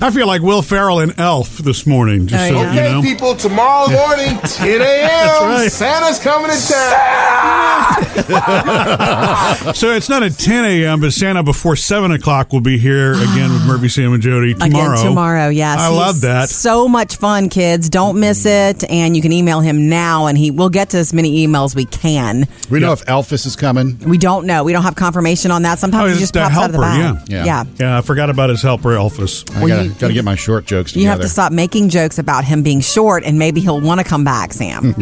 I feel like Will Ferrell and Elf this morning. Just Oh, so yeah. you Okay, know. people, tomorrow morning, 10 a.m., right. Santa's coming to town. So it's not at 10 a.m., but Santa before 7 o'clock will be here again with Murphy, Sam, and Jody tomorrow. Again tomorrow, yes. I He's love that. So much fun, kids. Don't miss it. And you can email him now, and he we'll get to as many emails we can. We know if Elvis is coming. We don't know. We don't have confirmation on that. Oh, Sometimes he it's just the pops out of the helper, bag. yeah. yeah. Yeah. Yeah, I forgot about his helper, Elphus. I Well, gotta, you- gotta get my short jokes You together. have to stop making jokes about him being short, and maybe he'll want to come back, Sam.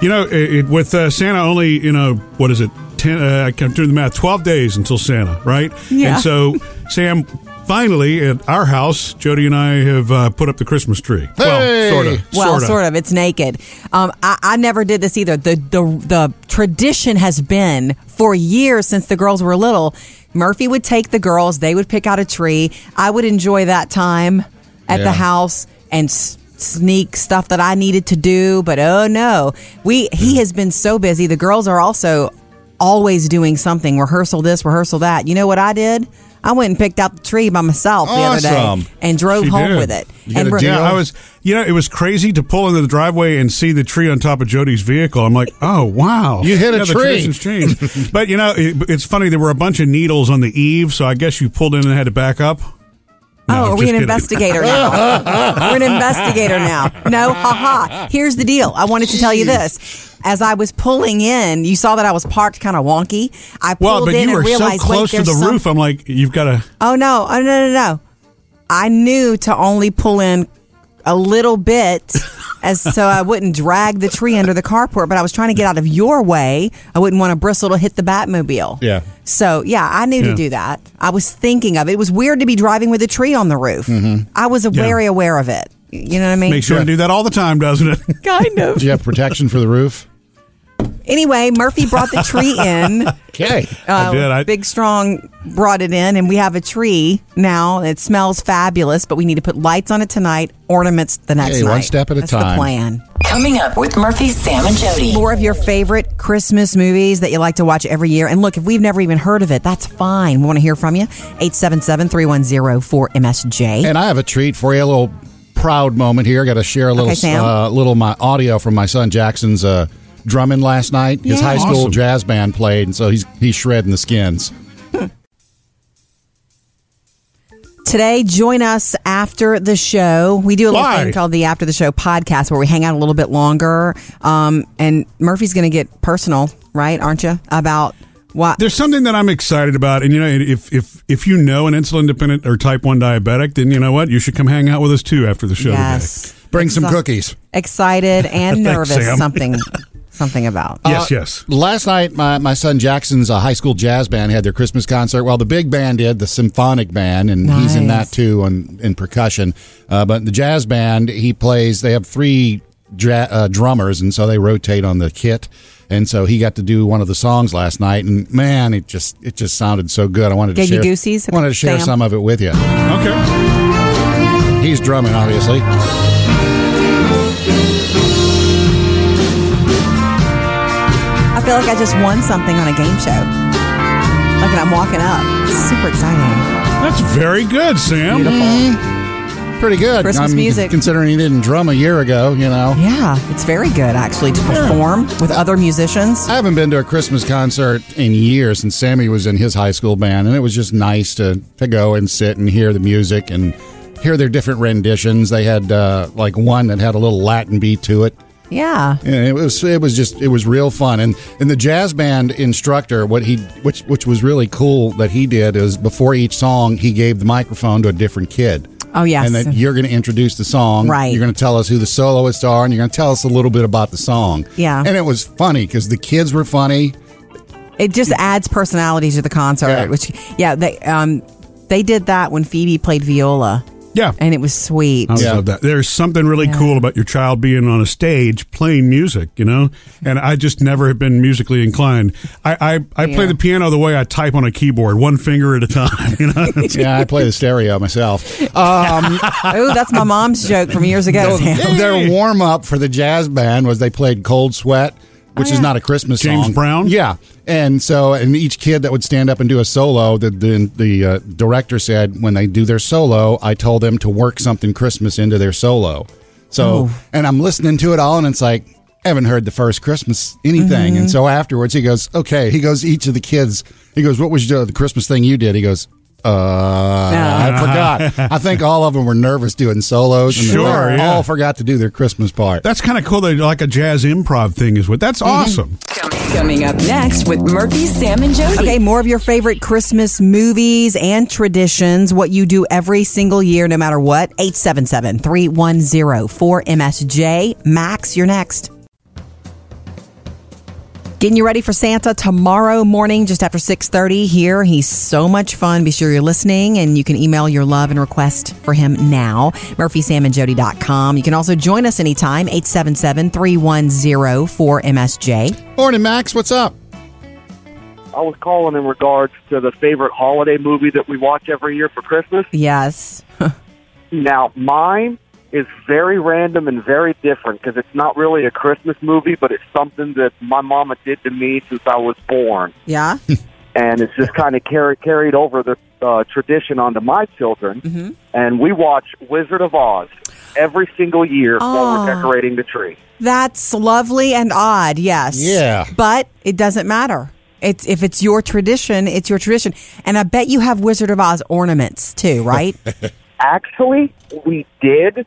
You know, it, it, with uh, Santa only, you know, what is it? Ten? Uh, I can't do the math. Twelve days until Santa, right? Yeah. And so, Sam, finally at our house, Jody and I have uh, put up the Christmas tree. Well, Hey! sort of. Well, sort of. sort of. It's naked. Um, I, I never did this either. The, the the tradition has been for years since the girls were little. Murphy would take the girls. They would pick out a tree. I would enjoy that time at the Yeah. house and s- sneak stuff that I needed to do. But oh no, we he has been so busy. The girls are also always doing something. Rehearsal this, rehearsal that. You know what I did? I went and picked out the tree by myself the other day Awesome. and drove She home did. with it. You and got a re- deal? Yeah, I was. You know, it was crazy to pull into the driveway and see the tree on top of Jody's vehicle. I'm like, oh wow, You hit a Yeah, the tree. tradition's changed. but you know, it, it's funny. There were a bunch of needles on the eave, so I guess you pulled in and had to back up. No, Oh, are just we an kidding. investigator now? We're an investigator now. No, haha. Here's the deal. I wanted to tell you this. As I was pulling in, you saw that I was parked kind of wonky. I pulled Well, but in you were and so realized, close wait, to the there's roof. some- I'm like, you've got to. Oh no! Oh no! No! No! I knew to only pull in a little bit, as so I wouldn't drag the tree under the carport. But I was trying to get out of your way. I wouldn't want to bristle to hit the Batmobile. Yeah. So yeah, I knew Yeah. to do that. I was thinking of it. It was weird to be driving with a tree on the roof. I was very aware of it. You know what I mean? Mm-hmm. Make sure to Yeah. do that all the time, doesn't it? Kind of. Do you have protection for the roof? Anyway, Murphy brought the tree in. Okay. Uh, did. I- Big Strong brought it in, and we have a tree now. It smells fabulous, but we need to put lights on it tonight, ornaments the next Hey, night. one step at a That's time. the plan. Coming up with Murphy, Sam, and Jody. More of your favorite Christmas movies that you like to watch every year. And look, if we've never even heard of it, that's fine. We want to hear from you. 877-310-4MSJ. And I have a treat for you, a little proud moment here. Got to share a little, Okay, Sam. uh, little my audio from my son Jackson's uh, drumming last night. His Yeah. high school Awesome. jazz band played, and so he's he's shredding the skins. Today, join us after the show. We do a little Why? thing called the After the Show podcast where we hang out a little bit longer. Um, and Murphy's going to get personal, right? Aren't you? About what? There's something that I'm excited about, and you know, if if if you know an insulin dependent or type one diabetic, then you know what, you should come hang out with us too after the show today. Yes. Bring some Exci- cookies. Excited and Thanks, nervous. Sam. something, something about. Yes, yes. Last night, my, my son Jackson's uh, high school jazz band had their Christmas concert. Well, the big band did, the symphonic band, and he's in Nice. that too on, in percussion. Uh, but the jazz band, he plays, they have three dra- uh, drummers, and so they rotate on the kit. And so he got to do one of the songs last night, and man, it just it just sounded so good. I wanted Gave to you share, goosies, wanted to share Sam? some of it with you. Okay. He's drumming, obviously. Mm-hmm. I feel like I just won something on a game show. Like, and I'm walking up. It's super exciting. That's very good, Sam. Pretty good. Christmas I'm music. Considering he didn't drum a year ago, you know. Yeah, it's very good actually to perform with other musicians. I haven't been to a Christmas concert in years since Sammy was in his high school band, and it was just nice to, to go and sit and hear the music and hear their different renditions. They had uh, like one that had a little Latin beat to it. Yeah. And it was it was just it was real fun. And and the jazz band instructor, what he which which was really cool that he did is before each song he gave the microphone to a different kid. Oh, yes. And that you're going to introduce the song. Right. You're going to tell us who the soloists are, and you're going to tell us a little bit about the song. Yeah. And it was funny because the kids were funny. It just adds personality to the concert, Yeah. which yeah, they um they did that when Phoebe played viola Yeah. and it was sweet. I Yeah. love that. There's something really Yeah. cool about your child being on a stage playing music, you know? And I just never have been musically inclined. I, I, I play Yeah. the piano the way I type on a keyboard, one finger at a time, you know? yeah, I play the stereo myself. oh, that's my mom's joke from years ago. Sam. Their warm up for the jazz band was they played Cold Sweat. which yeah. is not a Christmas James song. Brown? Yeah. And so, and each kid that would stand up and do a solo, the, the, the uh, director said, when they do their solo, I told them to work something Christmas into their solo. So, and I'm listening to it all, and it's like, I haven't heard the first Christmas anything. And so afterwards, he goes, okay. He goes, each of the kids, he goes, what was your, the Christmas thing you did? He goes, uh, I forgot. I think all of them were nervous doing solos, and Sure, they yeah. all forgot to do their Christmas part. That's kind of cool. They like a jazz improv thing is what. That's Mm-hmm. awesome. Coming up next with Murphy, Sam, and Jody. Okay, more of your favorite Christmas movies and traditions, what you do every single year, no matter what. 877 310 4MSJ. Max, you're next. Getting you ready for Santa tomorrow morning, just after 6.30 here. He's so much fun. Be sure you're listening, and you can email your love and request for him now, murphysamandjody.com. You can also join us anytime, 877-310-4MSJ. Morning, Max. What's up? I was calling in regards to the favorite holiday movie that we watch every year for Christmas. Yes. Now, mine is very random and very different because it's not really a Christmas movie, but it's something that my mama did to me since I was born. Yeah? And it's just kind of carry, carried over the uh, tradition onto my children. Mm-hmm. And we watch Wizard of Oz every single year while Aw. we're decorating the tree. That's lovely and odd, yes. Yeah. But it doesn't matter. It's if it's your tradition, it's your tradition. And I bet you have Wizard of Oz ornaments too, right? Actually, we did.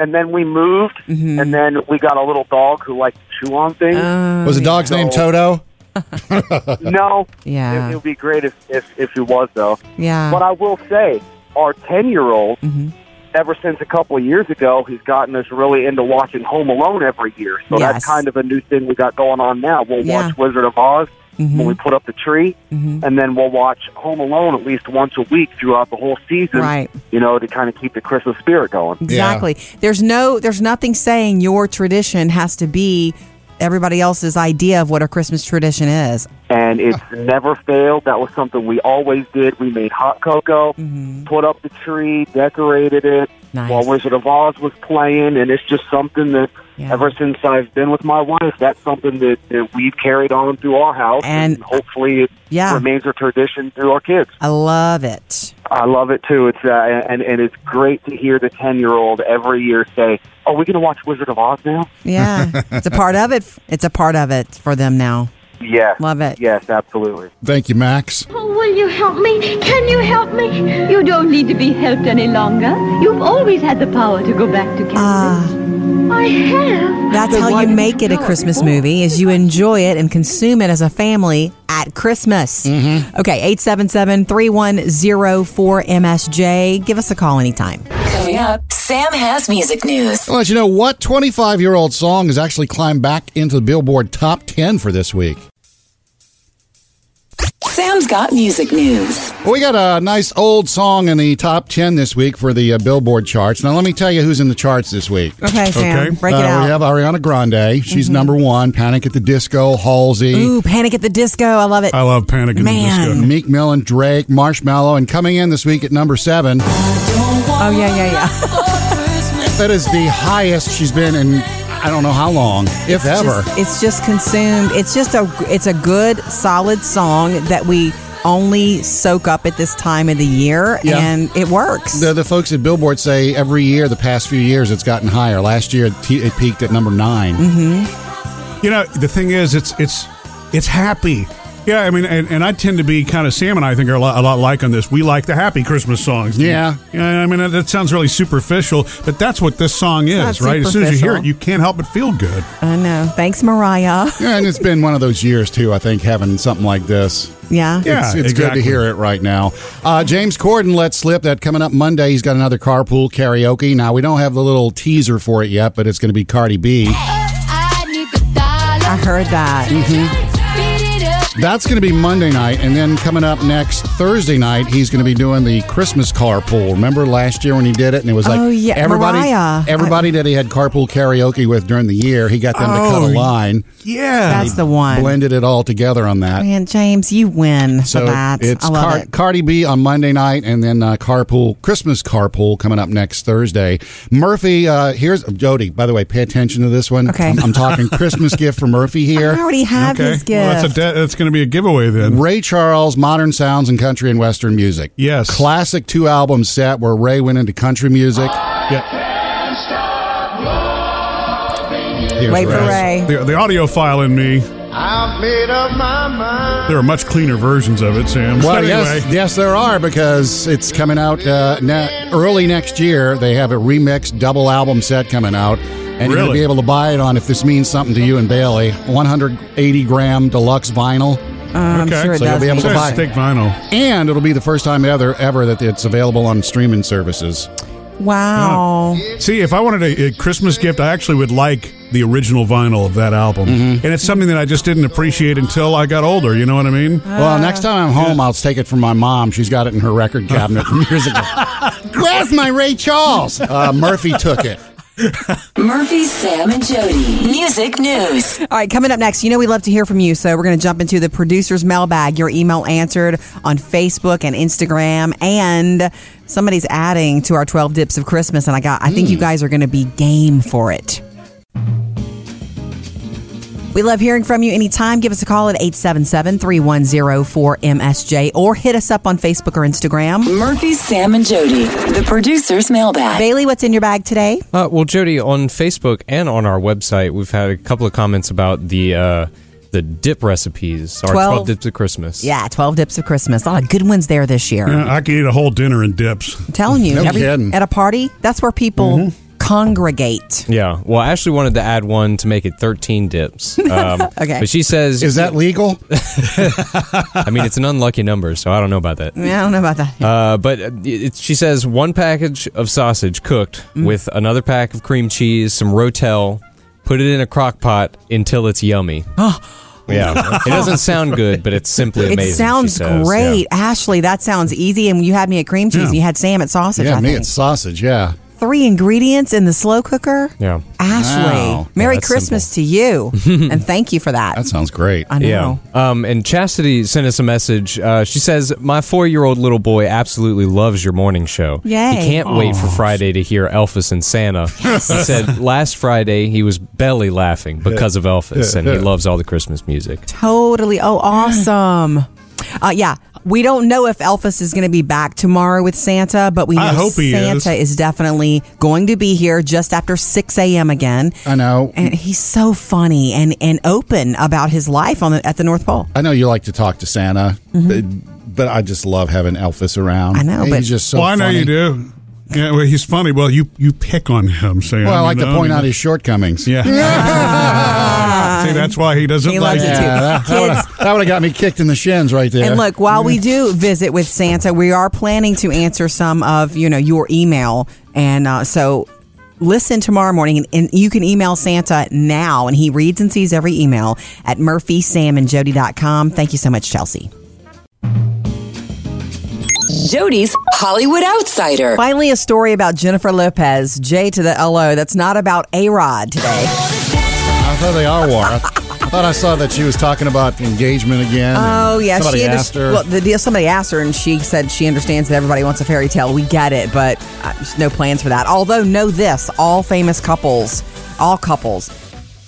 And then we moved, and then we got a little dog who liked to chew on things. was the dog's name Toto? No. Yeah. It, it would be great if, if, if he was, though. Yeah. Mm-hmm. But I will say, our 10 year old, ever since a couple of years ago, he's gotten us really into watching Home Alone every year. So Yes. that's kind of a new thing we got going on now. We'll Yeah. Mm-hmm. watch Wizard of Oz when we put up the tree, and then we'll watch Home Alone at least once a week throughout the whole season, Right. you know, to kind of keep the Christmas spirit going. exactly. There's no there's nothing saying your tradition has to be everybody else's idea of what a Christmas tradition is. and it's never failed. That was something we always did. We made hot cocoa, put up the tree, decorated it Mm-hmm. Nice. while Wizard of Oz was playing, and it's just something that Yeah. ever since I've been with my wife, that's something that, that we've carried on through our house, And- uh, hopefully it Yeah. remains a tradition through our kids. I love it. I love it too. It's uh, and and it's great to hear the ten year old every year say, "Are we going to watch Wizard of Oz now?" Yeah. it's a part of it. It's a part of it for them now. Yes, Love it. Yes, absolutely. Thank you, Max. Oh, will you help me? Can you help me? You don't need to be helped any longer. You've always had the power to go back to Kansas. I have. Ah. That's But how why you didn't make it a tell us Christmas before? movie is you enjoy it and consume it as a family at Christmas. Mm-hmm. Okay, 877-3104-MSJ. Give us a call anytime. Coming up, Sam has music news. I'll let you know what 25 year old song has actually climbed back into the Billboard top 10 for this week. Sam's got music news. Well, we got a nice old song in the top 10 this week for the uh, Billboard charts. Now, let me tell you who's in the charts this week. Okay, Sam, Okay. break it Uh, We out. Mm-hmm. have Ariana Grande. She's number one. Panic at the Disco, Halsey. Ooh, Panic at the Disco. I love Uh, it. I love Panic in Man. the Disco. Meek Mill and Drake, Marshmallow, and coming in this week at number seven, oh, yeah, yeah, yeah. that is the highest she's been in I don't know how long, if ever. Just- it's just consumed. It's just a it's a good solid song that we only soak up at this time of the year Yeah. and it works. The, the folks at Billboard say every year, the past few years, it's gotten higher. Last year, it, te- it peaked at number 9 Mm-hmm. You know, the thing is, it's it's it's happy. Yeah, I mean, and, and I tend to be kind of Sam and I think are a lot, a lot like on this. We like the happy Christmas songs. Yeah. You know, I mean, that- that sounds really superficial, but that's what this song is, not right? As soon as you hear it, superficial. you can't help but feel good. I know. Thanks, Mariah. Yeah, and it's been one of those years, too, I think, having something like this. Yeah. Yeah. it's, it's exactly. good to hear it right now. Uh, James Corden let slip that coming up Monday, he's got another carpool karaoke. Now, we don't have the little teaser for it yet, but it's going to be Cardi B. I heard that. Beat it up, That's going to be Monday night, and then coming up next Thursday night, he's going to be doing the Christmas carpool. Remember last year when he did it, and it was like Oh, yeah, everybody, Mariah. everybody that he had carpool karaoke with during the year, he got them to cut Oh, a line, Yeah. That's the one. blended it all together on that. Man, James, you win So for that. it's I love Car- it. Cardi B on Monday night, and then uh, carpool Christmas carpool coming up next Thursday. Murphy, uh, here's Jody. By the way, pay attention to this one. Okay. I'm, I'm talking Christmas gift for Murphy here. I already have okay. his gift. Well, that's a de- that's going to be a giveaway then. Ray Charles, modern sounds and country and western music. Yes. Classic two album set where Ray went into country music. Yeah. Here's Wait for Ray's. Ray. The, the audio file in me, I've made up my mind. there are much cleaner versions of it, Sam. Well, But yes, anyway. yes, there are because it's coming out uh, ne- early next year. They have a remixed double album set coming out, and you're going to Really? be able to buy it on if this means something to you and Bailey. 180 gram deluxe vinyl, Oh, I'm okay. sure it So you'll does. be able mean to buy something. It's thick vinyl. and it'll be the first time ever ever that it's available on streaming services. Wow. See, if I wanted a, a Christmas gift, I actually would like the original vinyl of that album. And it's something that I just didn't appreciate until I got older, you know what I mean? Well, next time I'm home, I'll take it from my mom. She's got it in her record cabinet from years ago. Where's my Ray Charles? Uh, Murphy took it. Murphy, Sam, and Jody. Music news. All right, coming up next, you know we love to hear from you, so we're going to jump into the producer's mailbag. Your email answered on Facebook and Instagram, and somebody's adding to our 12 dips of Christmas, and I got I think you guys are going to be game for it. We love hearing from you anytime. Give us a call at 877-310-4MSJ or hit us up on Facebook or Instagram. Murphy, Sam, and Jody. The producer's mailbag. Bailey, what's in your bag today? Uh, well, Jody, on Facebook and on our website, we've had a couple of comments about the uh, the dip recipes, our 12 12 dips of Christmas. Yeah, 12 dips of Christmas. A lot of good ones there this year. Yeah, I could eat a whole dinner in dips. I'm telling you, No every- kidding. at a party, that's where people congregate. Yeah. Well, Ashley wanted to add one to make it 13 dips. Um, Okay. But she says, Is that legal? I mean, it's an unlucky number, so I don't know about that. Yeah, I don't know about that. Uh, but uh, it, she says one package of sausage cooked Mm. with another pack of cream cheese, some Rotel, put it in a crock pot until it's yummy. yeah. it doesn't sound good, but it's simply it amazing. she sounds says. great, Ashley. That sounds easy. And you had me at cream cheese. Yeah. and You had Sam at sausage. yeah, I me, think. it's sausage, yeah. three ingredients in the slow cooker. Yeah. Ashley, Wow. Merry Yeah, that's Christmas to you, and thank you for that. That sounds great. I know. Yeah. Yeah. Um, and Chastity sent us a message. Uh, she says, My four year old little boy absolutely loves your morning show. Yay. He can't wait for Friday to hear Elvis and Santa. He said last Friday he was belly laughing because of Elvis, and he loves all the Christmas music. Totally. Oh, awesome. Uh, yeah, we don't know if Elvis is going to be back tomorrow with Santa, but we know I hope he is. Santa is. definitely going to be here just after 6 a.m. again. Uh. I know. And he's so funny and, and open about his life on the, at the North Pole. I know you like to talk to Santa, but, but I just love having Elvis around. Mm-hmm. I know, He's but- just so well, I know funny. you do. Yeah, well, he's funny. Well, you you pick on him, Sam. Well, I you like to know? point out his shortcumings. Yeah. See, that's why he doesn't He like loves it it. too. Yeah, that, Kids. would have got me kicked in the shins right there. And look, while we do visit with Santa, we are planning to answer some of you know your email, and uh, so listen tomorrow morning, and, and you can email Santa now, and he reads and sees every email at murphysamandjody.com. Thank you so much, Chelsea. Jody's Hollywood Outsider. Finally, a story about Jennifer Lopez, J to the LO. That's not about A Rod today. I thought they are war. I thought I saw that she was talking about engagement again. and Oh yeah, somebody she under- asked her. Well, the deal. Somebody asked her, and she said she understands that everybody wants a fairy tale. We get it, but uh, there's no plans for that. Although, know this: all famous couples, all couples.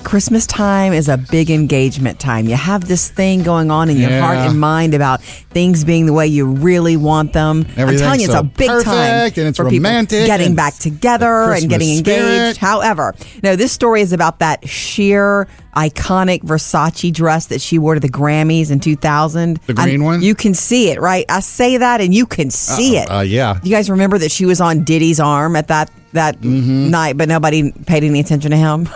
Christmas time is a big engagement time. You have this thing going on in your Yeah. heart and mind about things being the way you really want them. I'm Everything's telling you, it's so a big time perfect, and it's for romantic, people getting and back it's together the and getting Christmas engaged. spirit. However, no, this story is about that sheer iconic Versace dress that she wore to the Grammys in 2000. The green I- one? You can see it, right? I say that and you can see it. Uh, uh, yeah. You guys remember that she was on Diddy's arm at that that Mm-hmm. night, but nobody paid any attention to him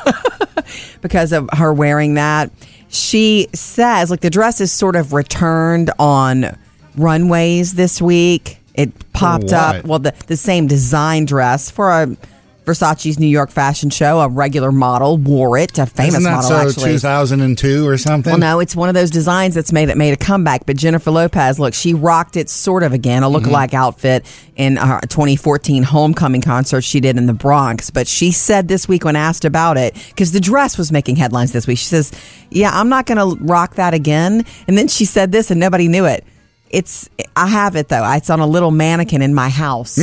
because of her wearing that. She says, like the dress is sort of returned on runways this week. It popped what? up. Well, the, the same design dress for a Versace's New York fashion show. A regular model wore it, a famous Isn't that model so actually. 2002 or something? Well, no, it's one of those designs that's made that made a comeback. But Jennifer Lopez, look, she rocked it sort of again, Mm-hmm. a lookalike outfit in her 2014 homecoming concert she did in the Bronx. But she said this week when asked about it, because the dress was making headlines this week, she says, "Yeah, I'm not going to rock that again." And then she said this, and nobody knew it. It's I have it though. It's on a little mannequin in my house.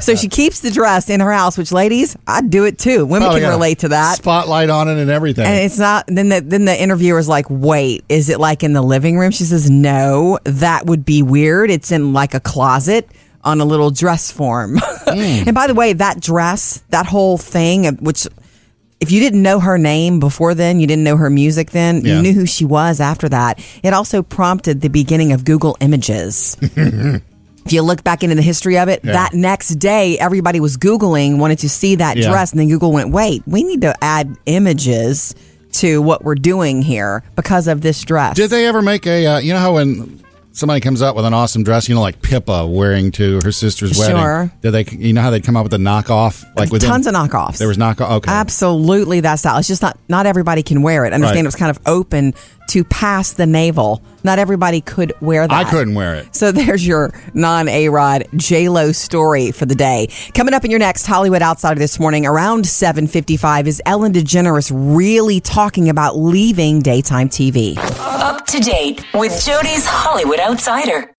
so she keeps the dress in her house. Which, ladies, I'd do it too. Women Oh, can yeah. relate to that. Spotlight on it and everything. And it's not. Then the then the interviewer's like, "Wait, is it like in the living room?" She says, "No, that would be weird. It's in like a closet on a little dress form." Mm. and by the way, that dress, that whole thing, uh, which if you didn't know her name before then, you didn't know her music then, Yeah. you knew who she was after that. It also prompted the beginning of Google Images. If you look back into the history of it, Yeah. that next day everybody was Googling, wanted to see that Yeah. dress, and then Google went, wait, we need to add images to what we're doing here because of this dress. Did they ever make a? Uh, you know how when somebody comes out with an awesome dress, you know, like Pippa wearing to her sister's Sure. wedding. Did they? You know how they'd come out with a knockoff? Like within, Tons of knockoffs. There was knockoff. Okay. Absolutely that style. It's just not not everybody can wear it. Understand Right. it was kind of open to past the navel. Not everybody could wear that. I couldn't wear it. So there's your non A Rod J Lo story for the day. Coming up in your next Hollywood Outsider this morning around 7:55 is Ellen DeGeneres really talking about leaving daytime TV. Up to date with Jody's Hollywood Outsider.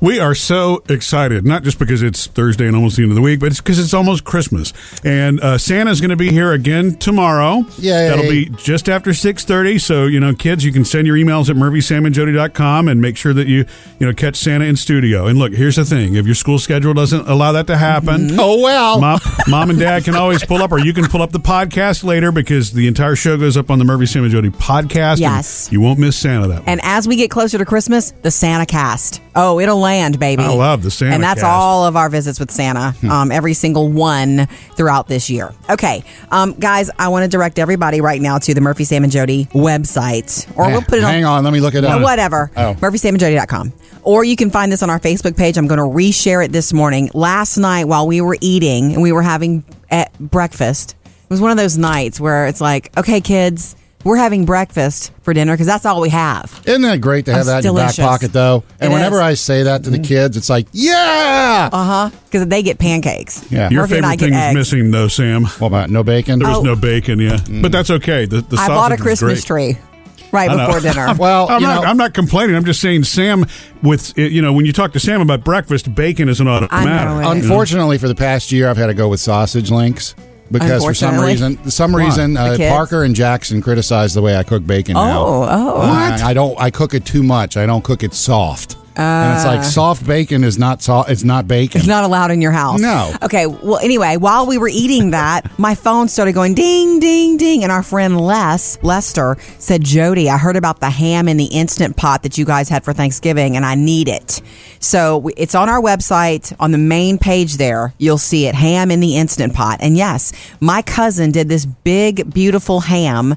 We are so excited, not just because it's Thursday and almost the end of the week, but it's because it's almost Christmas, and uh, Santa's going to be here again tomorrow. Yay. That'll be just after six thirty. So you know, kids, you can send your emails at murphysamandjody.com and make sure that you you know catch Santa in studio. And look, here's the thing: if your school schedule doesn't allow that to happen, Oh Mm-hmm. well. Mom, mom and dad can always pull up, or you can pull up the podcast later because the entire show goes up on the Murphy Sam and Jody podcast. and Yes. you won't miss Santa that way. And as we get closer to Christmas, the Santa cast. Oh, it'll land, baby. I love the Santa And that's cast. all of our visits with Santa, Hmm. um, every single one throughout this year. Okay, um, guys, I want to direct everybody right now to the Murphy, Sam, and Jody website. Or we'll put it on. Eh, Hang on. Let me look it up. Uh, whatever. Oh. MurphySamandJody.com. Or you can find this on our Facebook page. I'm going to reshare it this morning. Last night while we were eating and we were having eh, breakfast, it was one of those nights where it's like, okay, kids, we're having breakfast for dinner because that's all we have. Isn't that great to have That's that in your back delicious. pocket though? And It whenever is. Mm. I say that to the kids, it's like, yeah. Uh huh. Because they get pancakes. Yeah. Your Murphy and I favorite get thing is eggs. missing, though, Sam. There what about no bacon? was Oh. no bacon, yeah, Mm. but that's okay. The, the I bought a sausage was Christmas great. tree right I know. before dinner. Well, I'm you not. know- I'm not complaining. I'm just saying, Sam. With eh, you know, when you talk to Sam about breakfast, bacon is an I automatic. know it. you Unfortunately, for the past year, I've had to go with sausage links because for some Unfortunately. reason, for some Why? reason, The uh, kids? Parker and Jackson criticize the way I cook bacon. now. Oh, oh. I- What? I, don't. I cook it too much. I don't cook it soft. and it's like soft bacon is not soft. It's not Ah. bacon. It's not allowed in your house. No. Okay. Well, anyway, while we were eating that, my phone started going ding, ding, ding, and our friend Les Lester said, "Jody, I heard about the ham in the instant pot that you guys had for Thanksgiving, and I need it." So we- it's on our website on the main page. There, you'll see it: ham in the instant pot. And yes, my cousin did this big, beautiful ham.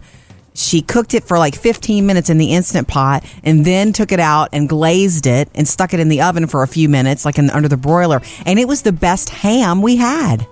She cooked it for like 15 minutes in the instant pot and then took it out and glazed it and stuck it in the oven for a few minutes, like in, under the broiler. And it was the best ham we had.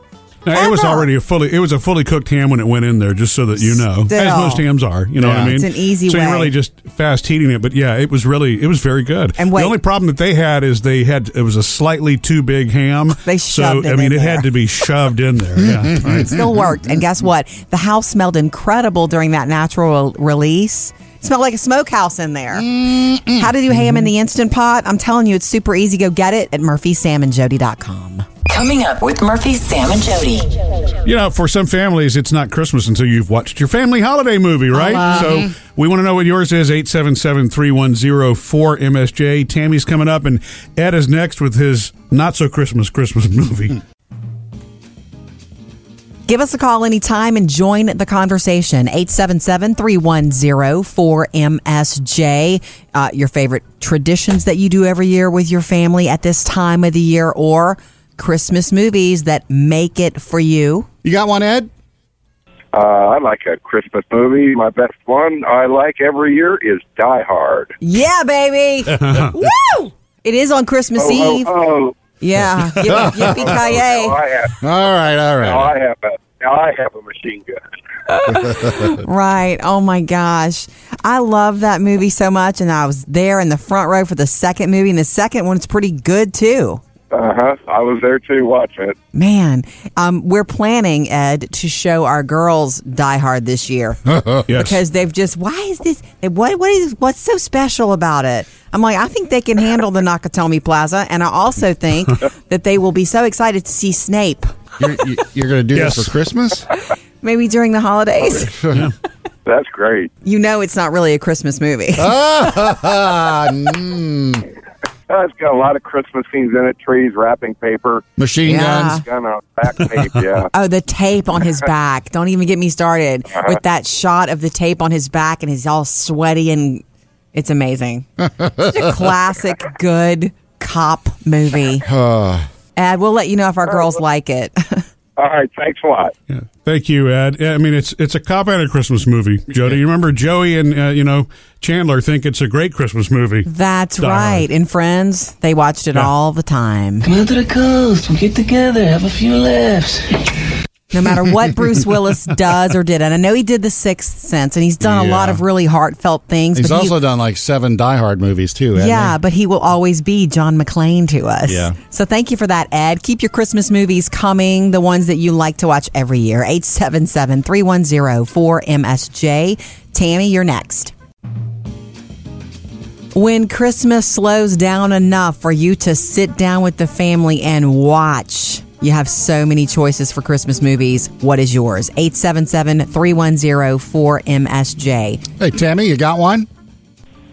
Now, it was Ever. already a fully. It was a fully cooked ham when it went in there, just so that you know, Still. as most hams are. You know what I Yeah. mean? It's an easy So way. you're really just fast heating it, but yeah, it was really it was very good. And wait- the only problem that they had is they had it was a slightly too big ham. They so shoved it I mean in it there. had to be shoved in there. Yeah. Right. Still worked. And guess what? The house smelled incredible during that natural release. It smelled like a smokehouse in there. How to do ham in the instant pot? I'm telling you, it's super easy. Go get it at murphysamandjody.com. Coming up with Murphy, Sam, and Jody. You know, for some families, it's not Christmas until you've watched your family holiday movie, Oh, right? so Mm-hmm. we want to know what yours is 877 310 4MSJ. Tammy's coming up, and Ed is next with his not so Christmas Christmas movie. Give us a call anytime and join the conversation. 877-310-4MSJ. Uh, your favorite traditions that you do every year with your family at this time of the year or Christmas movies that make it for you. You got one, Ed? Uh, I like a Christmas movie. My best one I like every year is Die Hard. Yeah, baby. Woo! It is on Christmas Oh, Eve. oh, oh. Yeah. Yip- Yippee Now ki I have, All right, all now right. I have a, now I have a machine gun. Right. Oh my gosh. I love that movie so much. And I was there in the front row for the second movie. And the second one's pretty good too. Uh huh. I was there too. Watch it. Man, um, we're planning, Ed, to show our girls Die Hard this year Yes. because they've just, why is this, what, what is, what's so special about it? I'm like, I think they can handle the Nakatomi Plaza. And I also think that they will be so excited to see Snape You're, you- you're going to do Yes. this for Christmas? maybe during the holidays. That's great. You know, it's not really a Christmas movie. Ah, mm, Uh, it's got a lot of Christmas scenes in it. Trees, wrapping paper, machine Yeah. guns. gun on back tape. Yeah. Oh, the tape on his back. Don't even get me started with that shot of the tape on his back and he's all sweaty and it's amazing. It's a classic good cop movie. Ed, we'll let you know if our Oh. girls like it. All right. Thanks a lot. Yeah. Thank you, Ed. Yeah, I mean, it's it's a cop out of Christmas movie. Jody, you remember Joey and uh, you know Chandler think it's a great Christmas movie. That's Die right. Hard. And friends, they watched it Yeah. all the time. Come out to the coast. We'll get together, have a few laughs. No matter what Bruce Willis does or did. And I know he did The Sixth Sense and he's done a lot Yeah. of really heartfelt things. He's but he- also done like seven Die Hard movies too. hasn't Yeah, but he will always be John McClane to us. Yeah. So thank you for that, Ed. Keep your Christmas movies coming, the ones that you like to watch every year. 877 310 4MSJ. Tammy, you're next. When Christmas slows down enough for you to sit down with the family and watch, you have so many choices for Christmas movies. What is yours? 877 310 4MSJ. he? Hey, Tammy, you got one?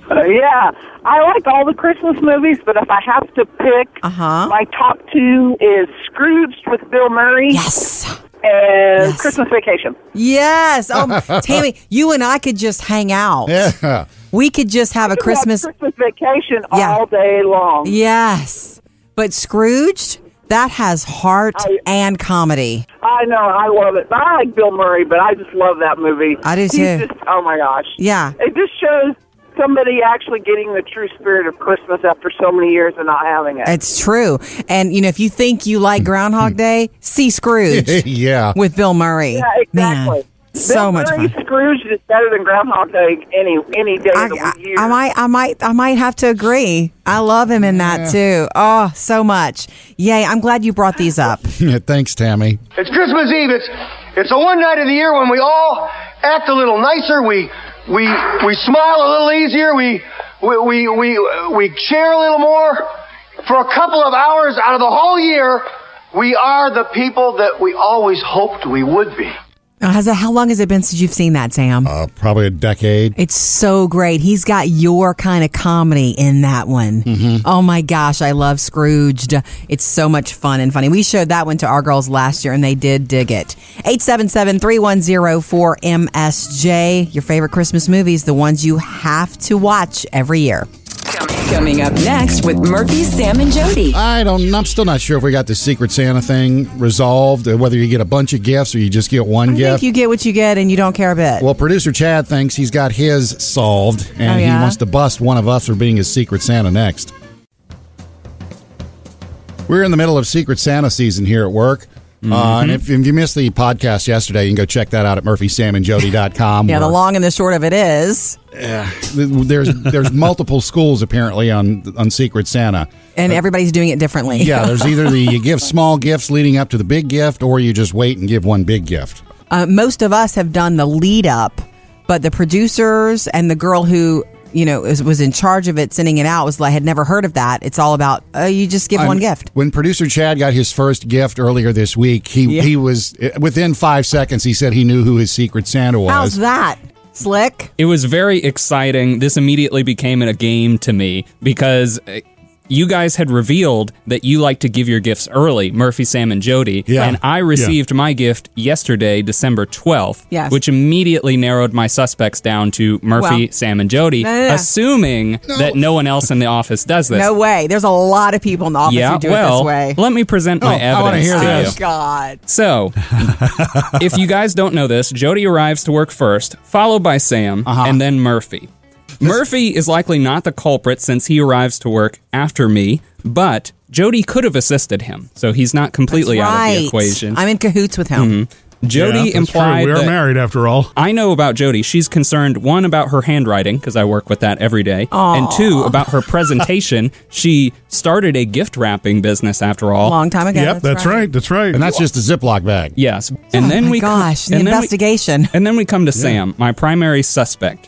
Uh, yeah, I like all the Christmas movies, but if I have to pick, Uh-huh. my top two is Scrooged with Bill Murray Yes. and Yes. Christmas Vacation. Yes. Oh, Tammy, you and I could just hang out. Yeah. We could just have We a have Christmas. Christmas Vacation Yeah. all day long. Yes. But Scrooged, that has heart I- and comedy. I know, I love it. But I like Bill Murray, but I just love that movie. I do He's too. Just, oh my gosh. Yeah. It just shows somebody actually getting the true spirit of Christmas after so many years and not having it. It's true. And, you know, if you think you like Groundhog Day, see Scrooge yeah. with Bill Murray. yeah, exactly. Man, so Bill much Murray fun. Scrooged is better than Groundhog Day any any day I, of the I, year. I might, I might, I might have to agree. I love him in that too. Oh, so much! Yay! I'm glad you brought these up. Thanks, Tammy. It's Christmas Eve. It's it's the one night of the year when we all act a little nicer. We we we smile a little easier. We we we we, we share a little more. For a couple of hours out of the whole year, we are the people that we always hoped we would be. Now, Has it, how long has it been since you've seen that, Sam? Uh, probably a decade. It's so great. He's got your kind of comedy in that one. Mm-hmm. Oh my gosh, I love Scrooged. It's so much fun and funny. We showed that one to our girls last year and they did dig it. 877-310-4MSJ. Your favorite Christmas movies, the ones you have to watch every year. Coming up next with Murphy, Sam, and Jody. I don't. I'm still not sure if we got the Secret Santa thing resolved, or whether you get a bunch of gifts or you just get one I gift. think you get what you get and you don't care a bit. Well, producer Chad thinks he's got his solved, and Oh, yeah? he wants to bust one of us for being his Secret Santa next. We're in the middle of Secret Santa season here at work. Uh, and if, if you missed the podcast yesterday, you can go check that out at murphysamandjody.com. yeah, the where long and the short of it is, There's there's multiple schools apparently on on Secret Santa. and everybody's doing it differently. Uh, Yeah, there's either the you give small gifts leading up to the big gift, or you just wait and give one big gift. uh, most of us have done the lead up, but the producers and the girl who you know is, was in charge of it, sending it out, was like had never heard of that. It's all about uh, you just give one I'm- gift. When producer Chad got his first gift earlier this week, he Yeah. he was eh, within five seconds. He said he knew who his secret Santa was. How's that, slick? It was very exciting. This immediately became a game to me because uh, you guys had revealed that you like to give your gifts early, Murphy, Sam, and Jody. Yeah. And I received my gift yesterday, December 12th, Yes. which immediately narrowed my suspects down to Murphy, Well- Sam, and Jody, No, no, no. assuming that no one else in the office does this. No way. There's a lot of people in the office yeah, who do well, it this way. let me present Oh, my I evidence wanna hear to this. you. Oh God! So, if you guys don't know this, Jody arrives to work first, followed by Sam, and then Murphy. Murphy is likely not the culprit since he arrives to work after me, but Jody could have assisted him, so he's not completely out of the equation. I'm in cahoots with him. Mhm. Jody Yeah, that's true. implied We are that- married after all. I know about Jody. She's concerned one about her handwriting because I work with that every day, and two about her presentation. she started a gift wrapping business after all, Long time ago. Yep, that's that's right. That's right. And that's just a Ziploc bag. Yes, and Oh then my we come- gosh, the and then we- investigation. and then we come to Sam, my primary suspect.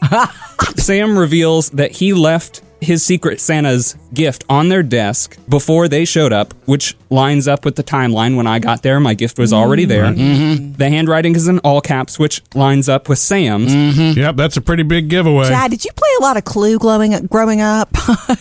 Sam reveals that he left his secret Santa's gift on their desk before they showed up, which lines up with the timeline when I got there. My gift was already there. The handwriting is in all caps, which lines up with Sam's. Yep, that's a pretty big giveaway. Chad, did you play a lot of Clue glowing, growing up?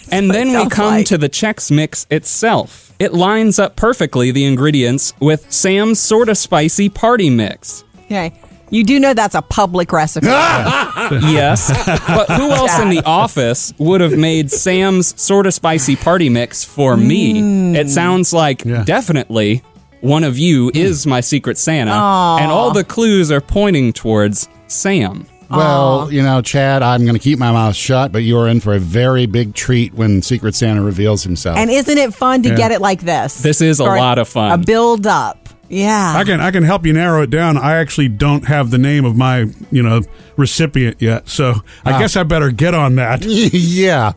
And then we sounds come like. to the Chex Mix itself. It lines up perfectly the ingredients with Sam's sorta spicy party mix. okay. You do know that's a public recipe. yes. But who else in the office would have made Sam's sorta spicy party mix for Mm. me? It sounds like definitely one of you is my secret Santa. Aw. And all the clues are pointing towards Sam. Well, you know, Chad, I'm going to keep my mouth shut, but you are in for a very big treat when Secret Santa reveals himself. and isn't it fun to Yeah. get it like this? This is a Or lot of fun. A build up. Yeah. I can I can help you narrow it down. I actually don't have the name of my you know recipient yet, so I Ah. guess I better get on that. yeah.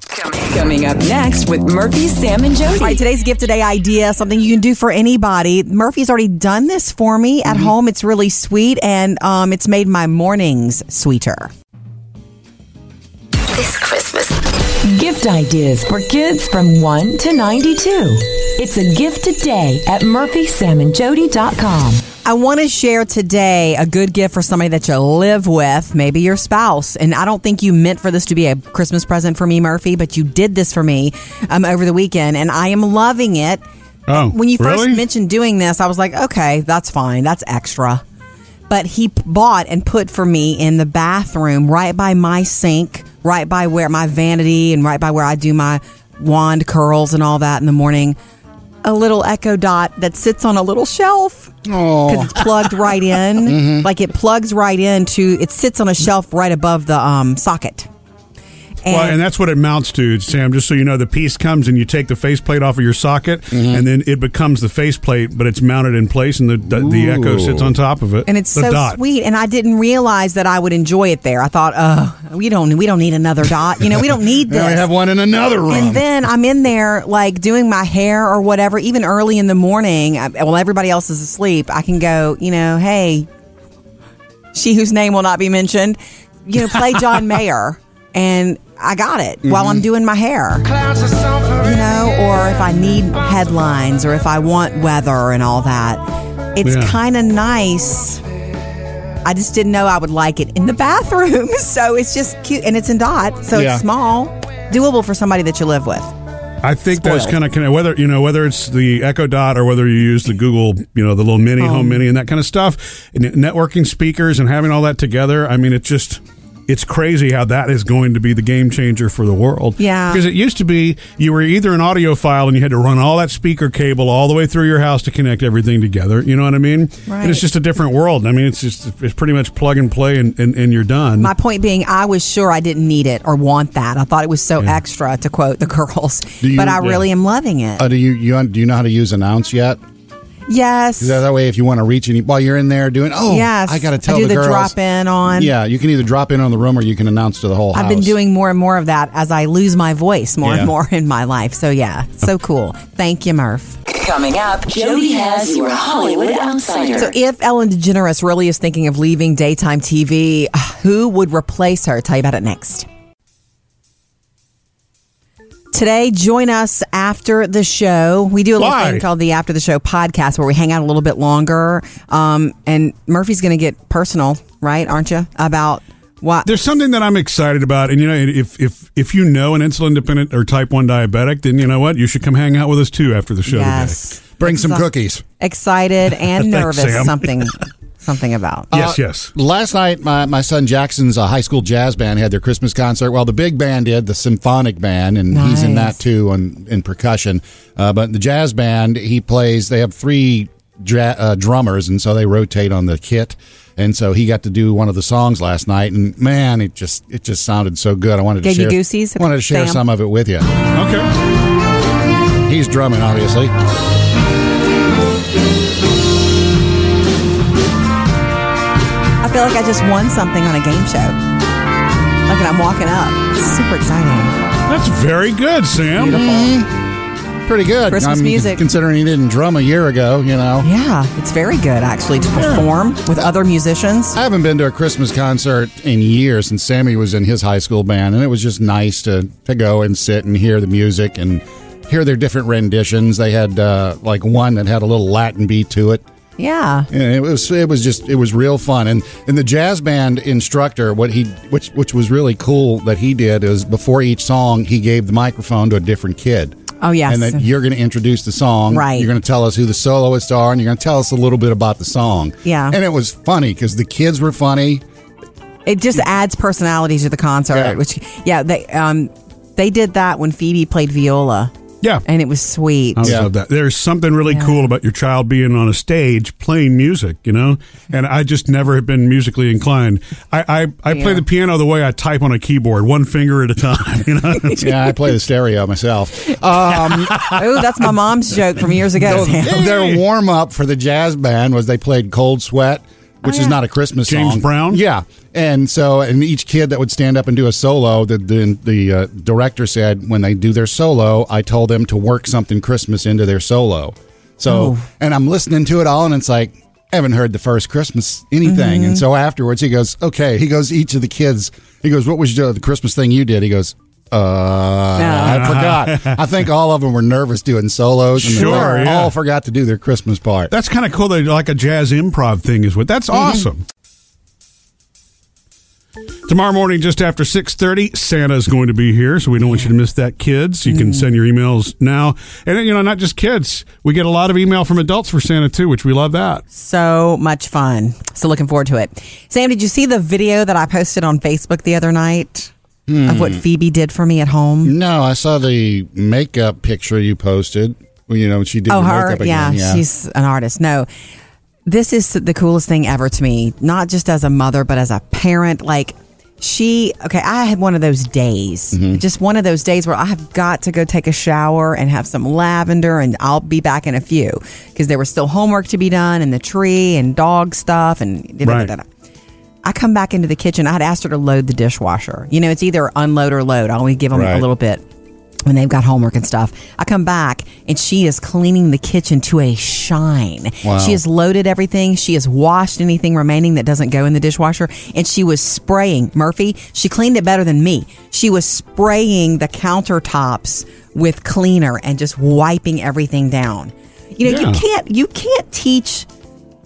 Coming up next with Murphy, Sam, and Jody. All right, today's gift today idea, something you can do for anybody. Murphy's already done this for me Mm-hmm. at home. It's really sweet, and um, it's made my mornings sweeter. This Christmas. Gift ideas for kids from 1 to 92. It's a gift today at murphysamandjody.com. I want to share today a good gift for somebody that you live with, maybe your spouse. And I don't think you meant for this to be a Christmas present for me, Murphy, but you did this for me um, over the weekend, and I am loving it. Oh, when you first really? mentioned doing this, I was like, okay, that's fine, that's extra. But he p- bought and put for me in the bathroom, right by my sink, right by where my vanity, and right by where I do my wand curls and all that in the morning. A little Echo Dot that sits on a little shelf because it's plugged right in. Mm-hmm. Like it plugs right into. It sits on a shelf right above the um, socket. well, and that's what it mounts to, Sam. Just so you know, the piece comes and you take the faceplate off of your socket, and then it becomes the faceplate, but it's mounted in place, and the the, the echo Ooh. sits on top of it. and it's the so dot. sweet. And I didn't realize that I would enjoy it there. I thought, oh, we don't we don't need another dot. You know, we don't need We this. only have one in another room. And then I'm in there like doing my hair or whatever, even early in the morning. I, while everybody else is asleep, I can go. You know, hey, she whose name will not be mentioned. You know, play John Mayer, and I got it while Mm-hmm. I'm doing my hair. You know, or if I need headlines or if I want weather and all that. It's Yeah. kind of nice. I just didn't know I would like it in the bathroom. So it's just cute and it's in dot. So Yeah. it's small, doable for somebody that you live with. I think that's Spoiled. kind of kind of whether you know whether it's the Echo Dot or whether you use the Google you know the little mini home mini and that kind of stuff, and networking speakers and having all that together. I mean, it's just it's crazy how that is going to be the game changer for the world. Yeah. because it used to be you were either an audiophile and you had to run all that speaker cable all the way through your house to connect everything together. You know what I mean? And Right. it's just a different world. I mean, it's just it's pretty much plug and play and and, and you're done. My point being, I was sure I didn't need it or want that. I thought it was so extra, to quote the girls. Do you- but I yeah. really am loving it. Uh, do you, you do you know how to use announce yet? yes. Is that, that way, if you want to reach any, while you're in there doing, oh, yes. I got to tell do the, the, girls. drop in on. Yeah, you can either drop in on the room or you can announce to the whole I've house. been doing more and more of that as I lose my voice more Yeah. and more in my life. So, yeah, so cool. Thank you, Murph. Coming up, Jody has your Hollywood Outsider. So, if Ellen DeGeneres really is thinking of leaving daytime TV, who would replace her? Tell you about it next. Today, join us after the show. We do a little Why? thing called the After the Show podcast where we hang out a little bit longer. Um, and Murphy's going to get personal, right? Aren't you? About what? There's something that I'm excited about, and you know, if if if you know an insulin dependent or type one diabetic, then you know what, you should come hang out with us too after the show. Yes. today. Bring some Exci- cookies. Excited and Thanks, nervous. Sam. something, something about. Uh, Last night, my, my son Jackson's uh, high school jazz band had their Christmas concert. Well, the big band did, the symphonic band, and he's in Nice. that too on, in percussion. Uh, but the jazz band, he plays, they have three dra- uh, drummers, and so they rotate on the kit. And so he got to do one of the songs last night, and man, it just it just sounded so good. I wanted Gave to you share, goosies, wanted to share Sam? some of it with you. Okay. He's drumming, obviously. I feel like I just won something on a game show. Like, and I'm walking up. It's super exciting. That's very good, Sam. Pretty good. Christmas I'm music. Considering he didn't drum a year ago, you know. Yeah, it's very good actually to perform with other musicians. I haven't been to a Christmas concert in years since Sammy was in his high school band, and it was just nice to, to go and sit and hear the music and hear their different renditions. They had uh, like one that had a little Latin beat to it. Yeah. And it was it was just it was real fun. And and the jazz band instructor, what he which which was really cool that he did is before each song he gave the microphone to a different kid. Oh, yes. And that you're going to introduce the song. Right. You're going to tell us who the soloists are, and you're going to tell us a little bit about the song. Yeah. And it was funny because the kids were funny. It just adds personality to the concert, Yeah. which yeah, they um they did that when Phoebe played viola. Yeah. And it was sweet. I love that. There's something really Yeah. cool about your child being on a stage playing music, you know? And I just never have been musically inclined. I, I, I play Yeah. the piano the way I type on a keyboard, one finger at a time, you know? Yeah, I play the stereo myself. Um, oh, that's my mom's joke from years ago. Sam. their warm up for the jazz band was they played Cold Sweat, which is not a Christmas James song. Brown? Yeah. And so, and each kid that would stand up and do a solo, the, the, the uh, director said, when they do their solo, I told them to work something Christmas into their solo. So, and I'm listening to it all, and it's like, I haven't heard the first Christmas anything. And so afterwards, he goes, okay, he goes, each of the kids, he goes, what was uh, the Christmas thing you did? He goes, uh, I forgot. I think all of them were nervous doing solos. and they Sure, yeah. All forgot to do their Christmas part. That's kind of cool. They like a jazz improv thing is what. That's awesome. Tomorrow morning, just after six thirty, Santa's going to be here, so we don't want you to miss that, kids. You can send your emails now, and you know, not just kids. We get a lot of email from adults for Santa too, which we love that. So much fun. So looking forward to it. Sam, did you see the video that I posted on Facebook the other night Hmm. of what Phoebe did for me at home? No, I saw the makeup picture you posted. Well, You know, she did Oh, your her. makeup Yeah, again. she's an artist. No, this is the coolest thing ever to me, not just as a mother, but as a parent. Like, she, okay, I had one of those days, Mm-hmm. just one of those days where I have got to go take a shower and have some lavender, and I'll be back in a few because there was still homework to be done and the tree and dog stuff and da da da da. da. I come back into the kitchen. I had asked her to load the dishwasher. You know, it's either unload or load. I only give them a Right. little bit when they've got homework and stuff. I come back and she is cleaning the kitchen to a shine. Wow. She has loaded everything. She has washed anything remaining that doesn't go in the dishwasher. And she was spraying, Murphy, she cleaned it better than me. She was spraying the countertops with cleaner and just wiping everything down. You know, Yeah. you can't you can't teach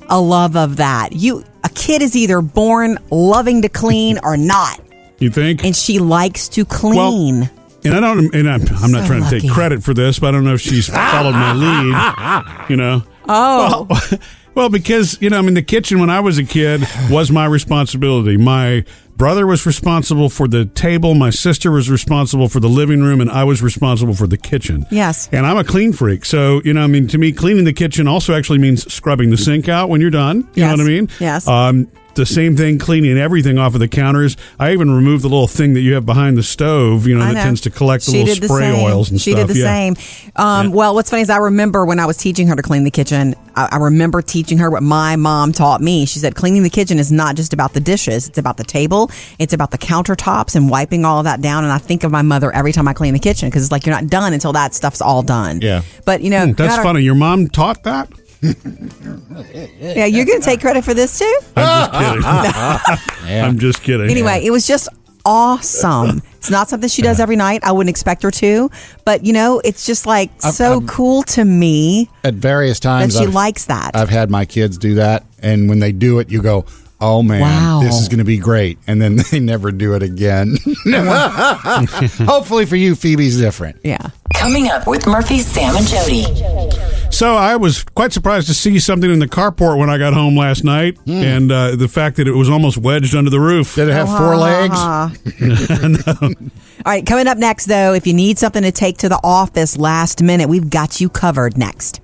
a love of that. You a kid is either born loving to clean or not, You think? and she likes to clean. And I don't. And I'm, I'm not So trying to take lucky. credit for this, but I don't know if she's followed my lead. You know. Oh. Well, well, because you know, I mean, the kitchen when I was a kid was my responsibility. My brother was responsible for the table. My sister was responsible for the living room, and I was responsible for the kitchen. Yes. And I'm a clean freak, so you know, I mean, to me, cleaning the kitchen also actually means scrubbing the sink out when you're done. You know Yes. what I mean? Yes. Um, the same thing, cleaning everything off of the counters. I even removed the little thing that you have behind the stove. You know, I that know. tends to collect the She little did the spray same. oils and she stuff. did the yeah. same. Um, Well, what's funny is I remember when I was teaching her to clean the kitchen. I, I remember teaching her what my mom taught me. She said cleaning the kitchen is not just about the dishes; it's about the table, it's about the countertops, and wiping all of that down. And I think of my mother every time I clean the kitchen because it's like you're not done until that stuff's all done. Yeah. But you know, Hmm, That's God, funny. Your mom taught that? Yeah, you're going to take credit for this too. I'm just kidding. I'm just kidding. Anyway, it was just awesome. It's not something she does every night. I wouldn't expect her to, but you know, it's just like so cool to me At various that times, she I've, likes that. I've had my kids do that, and when they do it, you go, "Oh man, Wow. this is going to be great," and then they never do it again. Hopefully for you, Phoebe's different. yeah. Coming up with Murphy, Sam, and Jody. So I was quite surprised to see something in the carport when I got home last night, and uh, the fact that it was almost wedged under the roof. Did it Oh, have four legs? All right, coming up next though, if you need something to take to the office last minute, we've got you covered next.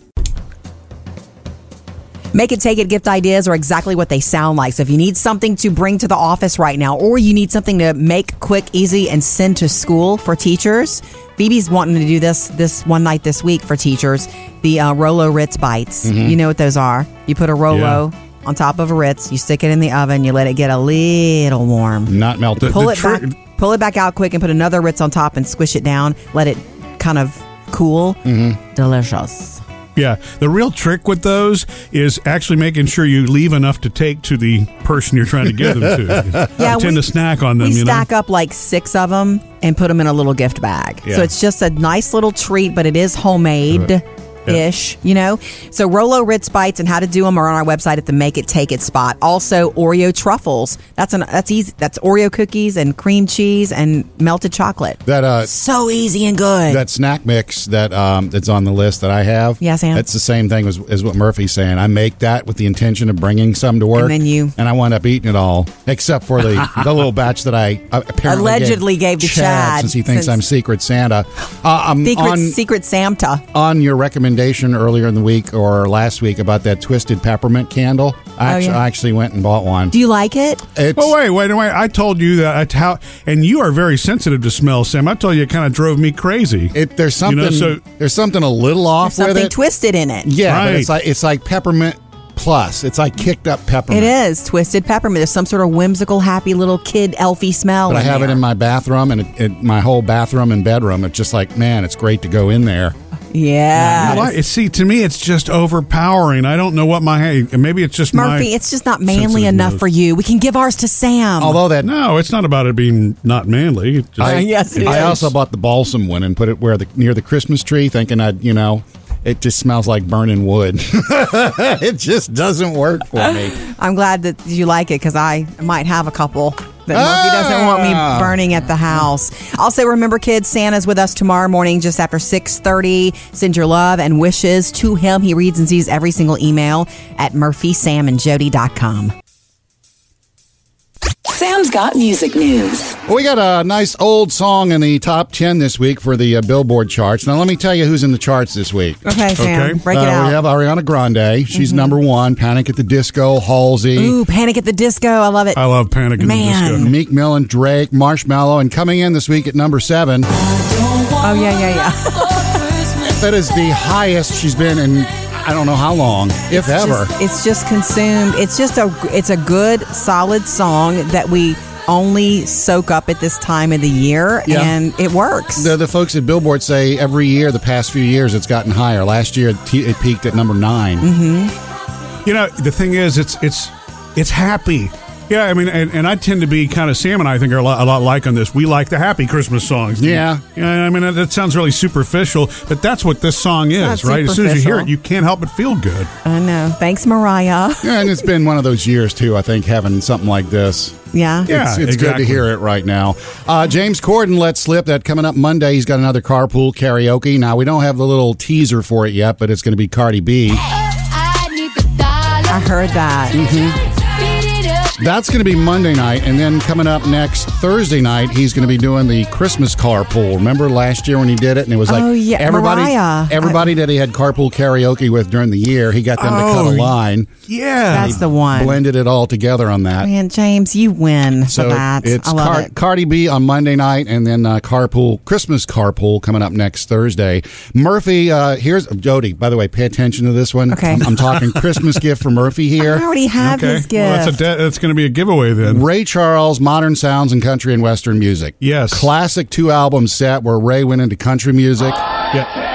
Make it, take it gift ideas are exactly what they sound like. So if you need something to bring to the office right now, or you need something to make quick, easy, and send to school for teachers, Phoebe's wanting to do this this one night this week for teachers. The uh, Rolo Ritz bites. Mhm. Mm-hmm. You know what those are? You put a Rolo on top of a Ritz, you stick it in the oven, you let it get a little warm, not melted. pull it back, pull it back out quick, and put another Ritz on top and squish it down. Let it kind of cool. Mm-hmm. Delicious. Yeah, the real trick with those is actually making sure you leave enough to take to the person you're trying to give them to. Yeah, tend to we- snack on them. we you know? stack up like six of them and put them in a little gift bag. Yeah. So it's just a nice little treat, but it is homemade. Ish, you know? So Rolo Ritz Bites and how to do them are on our website at the Make It Take It spot. Also Oreo truffles. That's an that's easy that's Oreo cookies and cream cheese and melted chocolate. That uh, so easy and good. That snack mix that um, that's on the list that I have. Yeah, Sam. That's the same thing as, as what Murphy's saying. I make that with the intention of bringing some to work, then you- and I wind up eating it all, except for the, the little batch that I uh, apparently Allegedly gave to Chad, since he thinks since- I'm Secret Santa. Uh, I'm Secret on Secret Santa. on your recommendation earlier in the week or last week about that twisted peppermint candle. I, Oh, actu- yeah. I actually went and bought one. Do you like it? oh wait, wait, wait! I told you that. I t- how, and you are very sensitive to smell, Sam. I told you it kind of drove me crazy. It, there's something. there's something a little off Something with it. twisted in it. Yeah, but it's like it's like peppermint plus. It's like kicked up peppermint. It is twisted peppermint. There's some sort of whimsical, happy little kid elfy smell. But I in have there. it in my bathroom and it, it, my whole bathroom and bedroom. It's just like, man, it's great to go in there. Yeah. I like- see, to me, it's just overpowering. I don't know what my hey, maybe it's just my- Murphy, it's just not manly sensitive enough nose. for you. We can give ours to Sam. Although that no, it's not about it being not manly. It just- I, it I is. also bought the balsam one and put it where the near the Christmas tree, thinking I'd you know. It just smells like burning wood. it just doesn't work for me. I'm glad that you like it because I might have a couple. But Murphy doesn't want Ah. me burning at the house. Also, remember, kids, Santa's with us tomorrow morning just after 6.30. Send your love and wishes to him. He reads and sees every single email at murphysamandjody.com. Sam's got music news. Well, we got a nice old song in the top 10 this week for the uh, Billboard charts. Now, let me tell you who's in the charts this week. Okay, Sam, Okay. break it out. Uh, Mm-hmm. We have Ariana Grande. She's number one. Panic at the Disco, Halsey. Ooh, Panic at the Disco. I love it. Panic at the Man. Disco. Meek Mill and Drake, Marshmallow, and coming in this week at number seven, Oh, yeah, yeah, yeah. that is the highest she's been in I don't know how long, if ever. Just- it's just consumed. It's just a it's a good solid song that we only soak up at this time of the year, Yeah. and it works. The, the folks at Billboard say every year, the past few years, it's gotten higher. Last year, it, te- it peaked at number 9 Mm-hmm. You know, the thing is, it's it's it's happy. Yeah, I mean, and, and I tend to be kind of Sam and I think are a lot, a lot like on this. We like the happy Christmas songs. Yeah. You know, I mean, that- that sounds really superficial, but that's what this song not is, right? As soon as you hear superficial. it, you can't help but feel good. I know. Thanks, Mariah. Yeah, and it's been one of those years, too, I think, having something like this. Yeah. it's, it's good to hear it right now. Uh, James Corden let slip that coming up Monday he's got another carpool karaoke. Now we don't have the little teaser for it yet, but it's going to be Cardi B. I heard that. Mm-hmm. That's going to be Monday night, and then coming up next Thursday night he's going to be doing the Christmas carpool. Remember last year when he did it, and it was like Oh, yeah, everybody, Mariah. everybody that he had carpool karaoke with during the year, he got them to cut Oh, a line. Yeah. That's the one. Blended it all together on that. Man, James, you win So for that. it's I love Car- it. Cardi B on Monday night, and then uh, carpool Christmas carpool coming up next Thursday. Murphy, uh, here's Jody. By the way, pay attention to this one. Okay. I'm, I'm talking Christmas gift for Murphy here. I already have his gift. Well, that's a de- that's going to be a giveaway then. Ray Charles, modern sounds and country and western music. Yes. classic two album set where Ray went into country music. Yeah.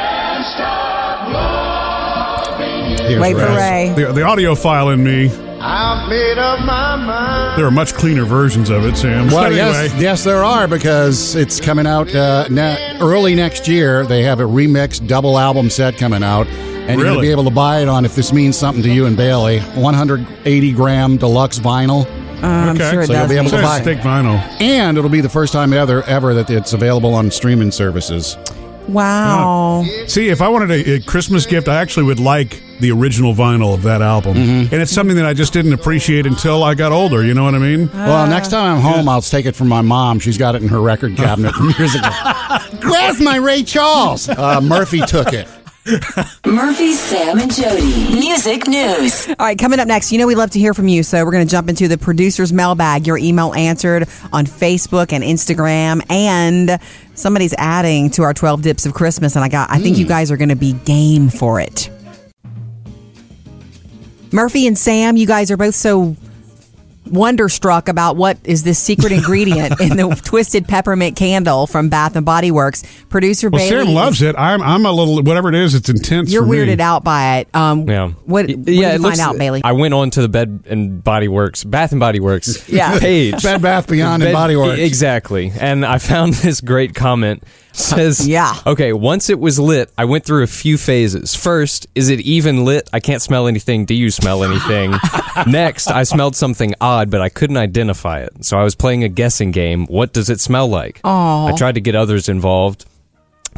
Here's Wait for Ray. The, the audio file in me. I've made up my mind. There are much cleaner versions of it, Sam. Well, But yes, anyway. yes, there are because it's coming out uh, ne- early next year. They have a remix double album set coming out, and you're going to Really? be able to buy it on if this means something to you and Bailey. 180 gram deluxe vinyl, Oh, I'm sure it so you'll does. be able to Says buy it. stick vinyl. and it'll be the first time ever ever that it's available on streaming services. Wow. See, if I wanted a, a Christmas gift, I actually would like the original vinyl of that album. And it's something that I just didn't appreciate until I got older. You know what I mean? Well, next time I'm Ah. home, I'll take it from my mom. She's got it in her record cabinet from years ago. Where's my Ray Charles? Uh, Murphy took it. Murphy, Sam, and Jody. Music news. All right, coming up next, you know we love to hear from you, so we're going to jump into the producer's mailbag. Your email answered on Facebook and Instagram, and somebody's adding to our twelve dips of Christmas. And I got, I think Hmm. you guys are going to be game for it. Murphy and Sam, you guys are both so wonderstruck about what is this secret ingredient in the twisted peppermint candle from Bath and Body Works. Producer Well, Bailey, Sam loves it. I'm I'm a little whatever it is. It's intense. you're for me. weirded out by it. Um, Yeah. What? Y- what did you it find looks- out, Bailey? I went on to the Bed and Body Works, Bath and Body Works Yeah. page. Bed Bath Beyond and Bed- Body Works. Exactly. And I found this great comment. Says, Yeah. Okay, once it was lit, I went through a few phases. First, is it even lit? I can't smell anything. Do you smell anything? Next, I smelled something odd, but I couldn't identify it. So I was playing a guessing game. What does it smell like? Aw. I tried to get others involved.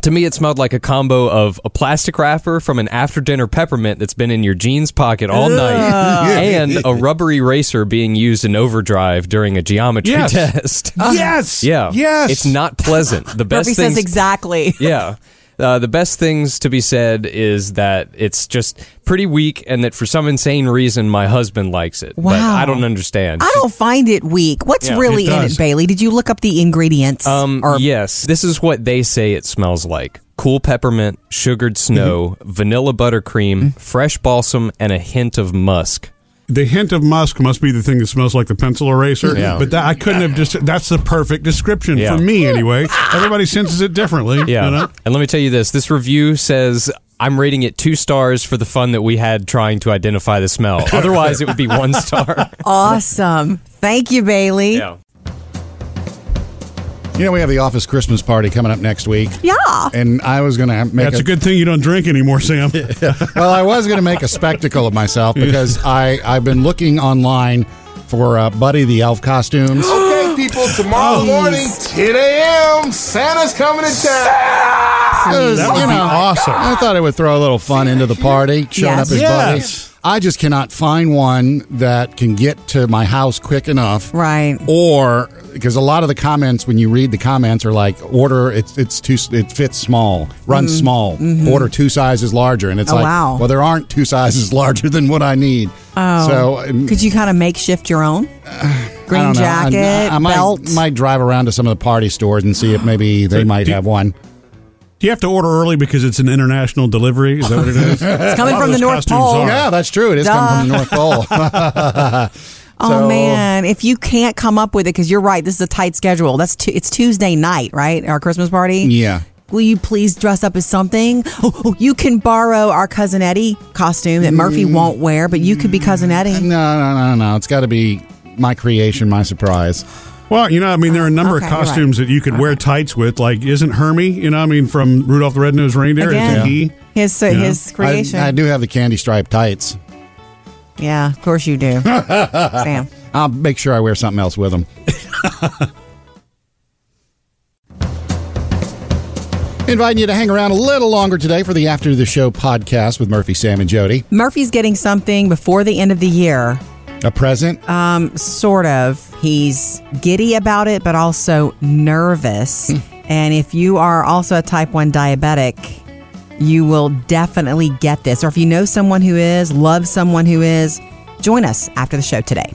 To me, it smelled like a combo of a plastic wrapper from an after dinner peppermint that's been in your jeans pocket all night and a rubber eraser being used in overdrive during a geometry Yes. test. yes. yeah. Yes. It's not pleasant. The best Murphy things. says exactly. yeah. Uh, the best things to be said is that it's just pretty weak and that for some insane reason my husband likes it. But Wow. I don't understand. I don't find it weak. What's Yeah, really it in does. it, Bailey? Did you look up the ingredients? Um, yes, this is what they say it smells like: cool peppermint, sugared snow, vanilla buttercream, fresh balsam, and a hint of musk. The hint of musk must be the thing that smells like the pencil eraser. Yeah. But that, I couldn't have just. That's the perfect description Yeah. for me, anyway. Everybody senses it differently. Yeah, You know? and let me tell you this: this review says. I'm rating it two stars for the fun that we had trying to identify the smell. Otherwise, it would be one star. awesome. Thank you, Bailey. yeah. You know, we have the office Christmas party coming up next week. Yeah. And I was going to make That's a, a good thing you don't drink anymore, Sam. well, I was going to make a spectacle of myself because I I've been looking online for uh, Buddy the Elf costumes. Okay, people, tomorrow morning, 10 a.m., Santa's coming to town. Because, That would you be know, awesome. I thought it would throw a little fun into the party, showing Yes. up as Yes. Buddy. I just cannot find one that can get to my house quick enough. Right. Or because a lot of the comments when you read the comments are like order it's it's too it fits small run small order two sizes larger and it's Mm-hmm. Oh, like wow. well there aren't two sizes larger than what I need oh so um, Could you kind of makeshift your own? Uh, I Green don't know. I- jacket, I, might, belt. might drive around to some of the party stores and see if maybe they So might do- have one. Do you have to order early because it's an international delivery? Is that what it is? it's coming from the North Pole. All Yeah, that's true. It is coming from the North Pole. oh So- man, if you can't come up with it, because you're right, this is a tight schedule. That's tu- it's Tuesday night, right? Our Christmas party. yeah. Will you please dress up as something? Oh, oh, you can borrow our cousin Eddie costume that Murphy Mm. won't wear, but you could be cousin Eddie. No, no, no, no. It's got to be my creation, my surprise. Well, you know, I mean, there are a number Okay, of you're right. costumes that you could wear tights with. Like, isn't Hermie? You know, I mean, from Rudolph the Red-Nosed Reindeer, Again. isn't he? His so Yeah. his I, creation. I do have the candy striped tights. Yeah, of course you do, Sam. I'll make sure I wear something else with them. Inviting you to hang around a little longer today for the After the Show podcast with Murphy, Sam, and Jody. Murphy's getting something before the end of the year. A present. Sort of. He's giddy about it, but also nervous. Hmm. and if you are also a type 1 diabetic, you will definitely get this. Or if you know someone who is, love someone who is, join us after the show today.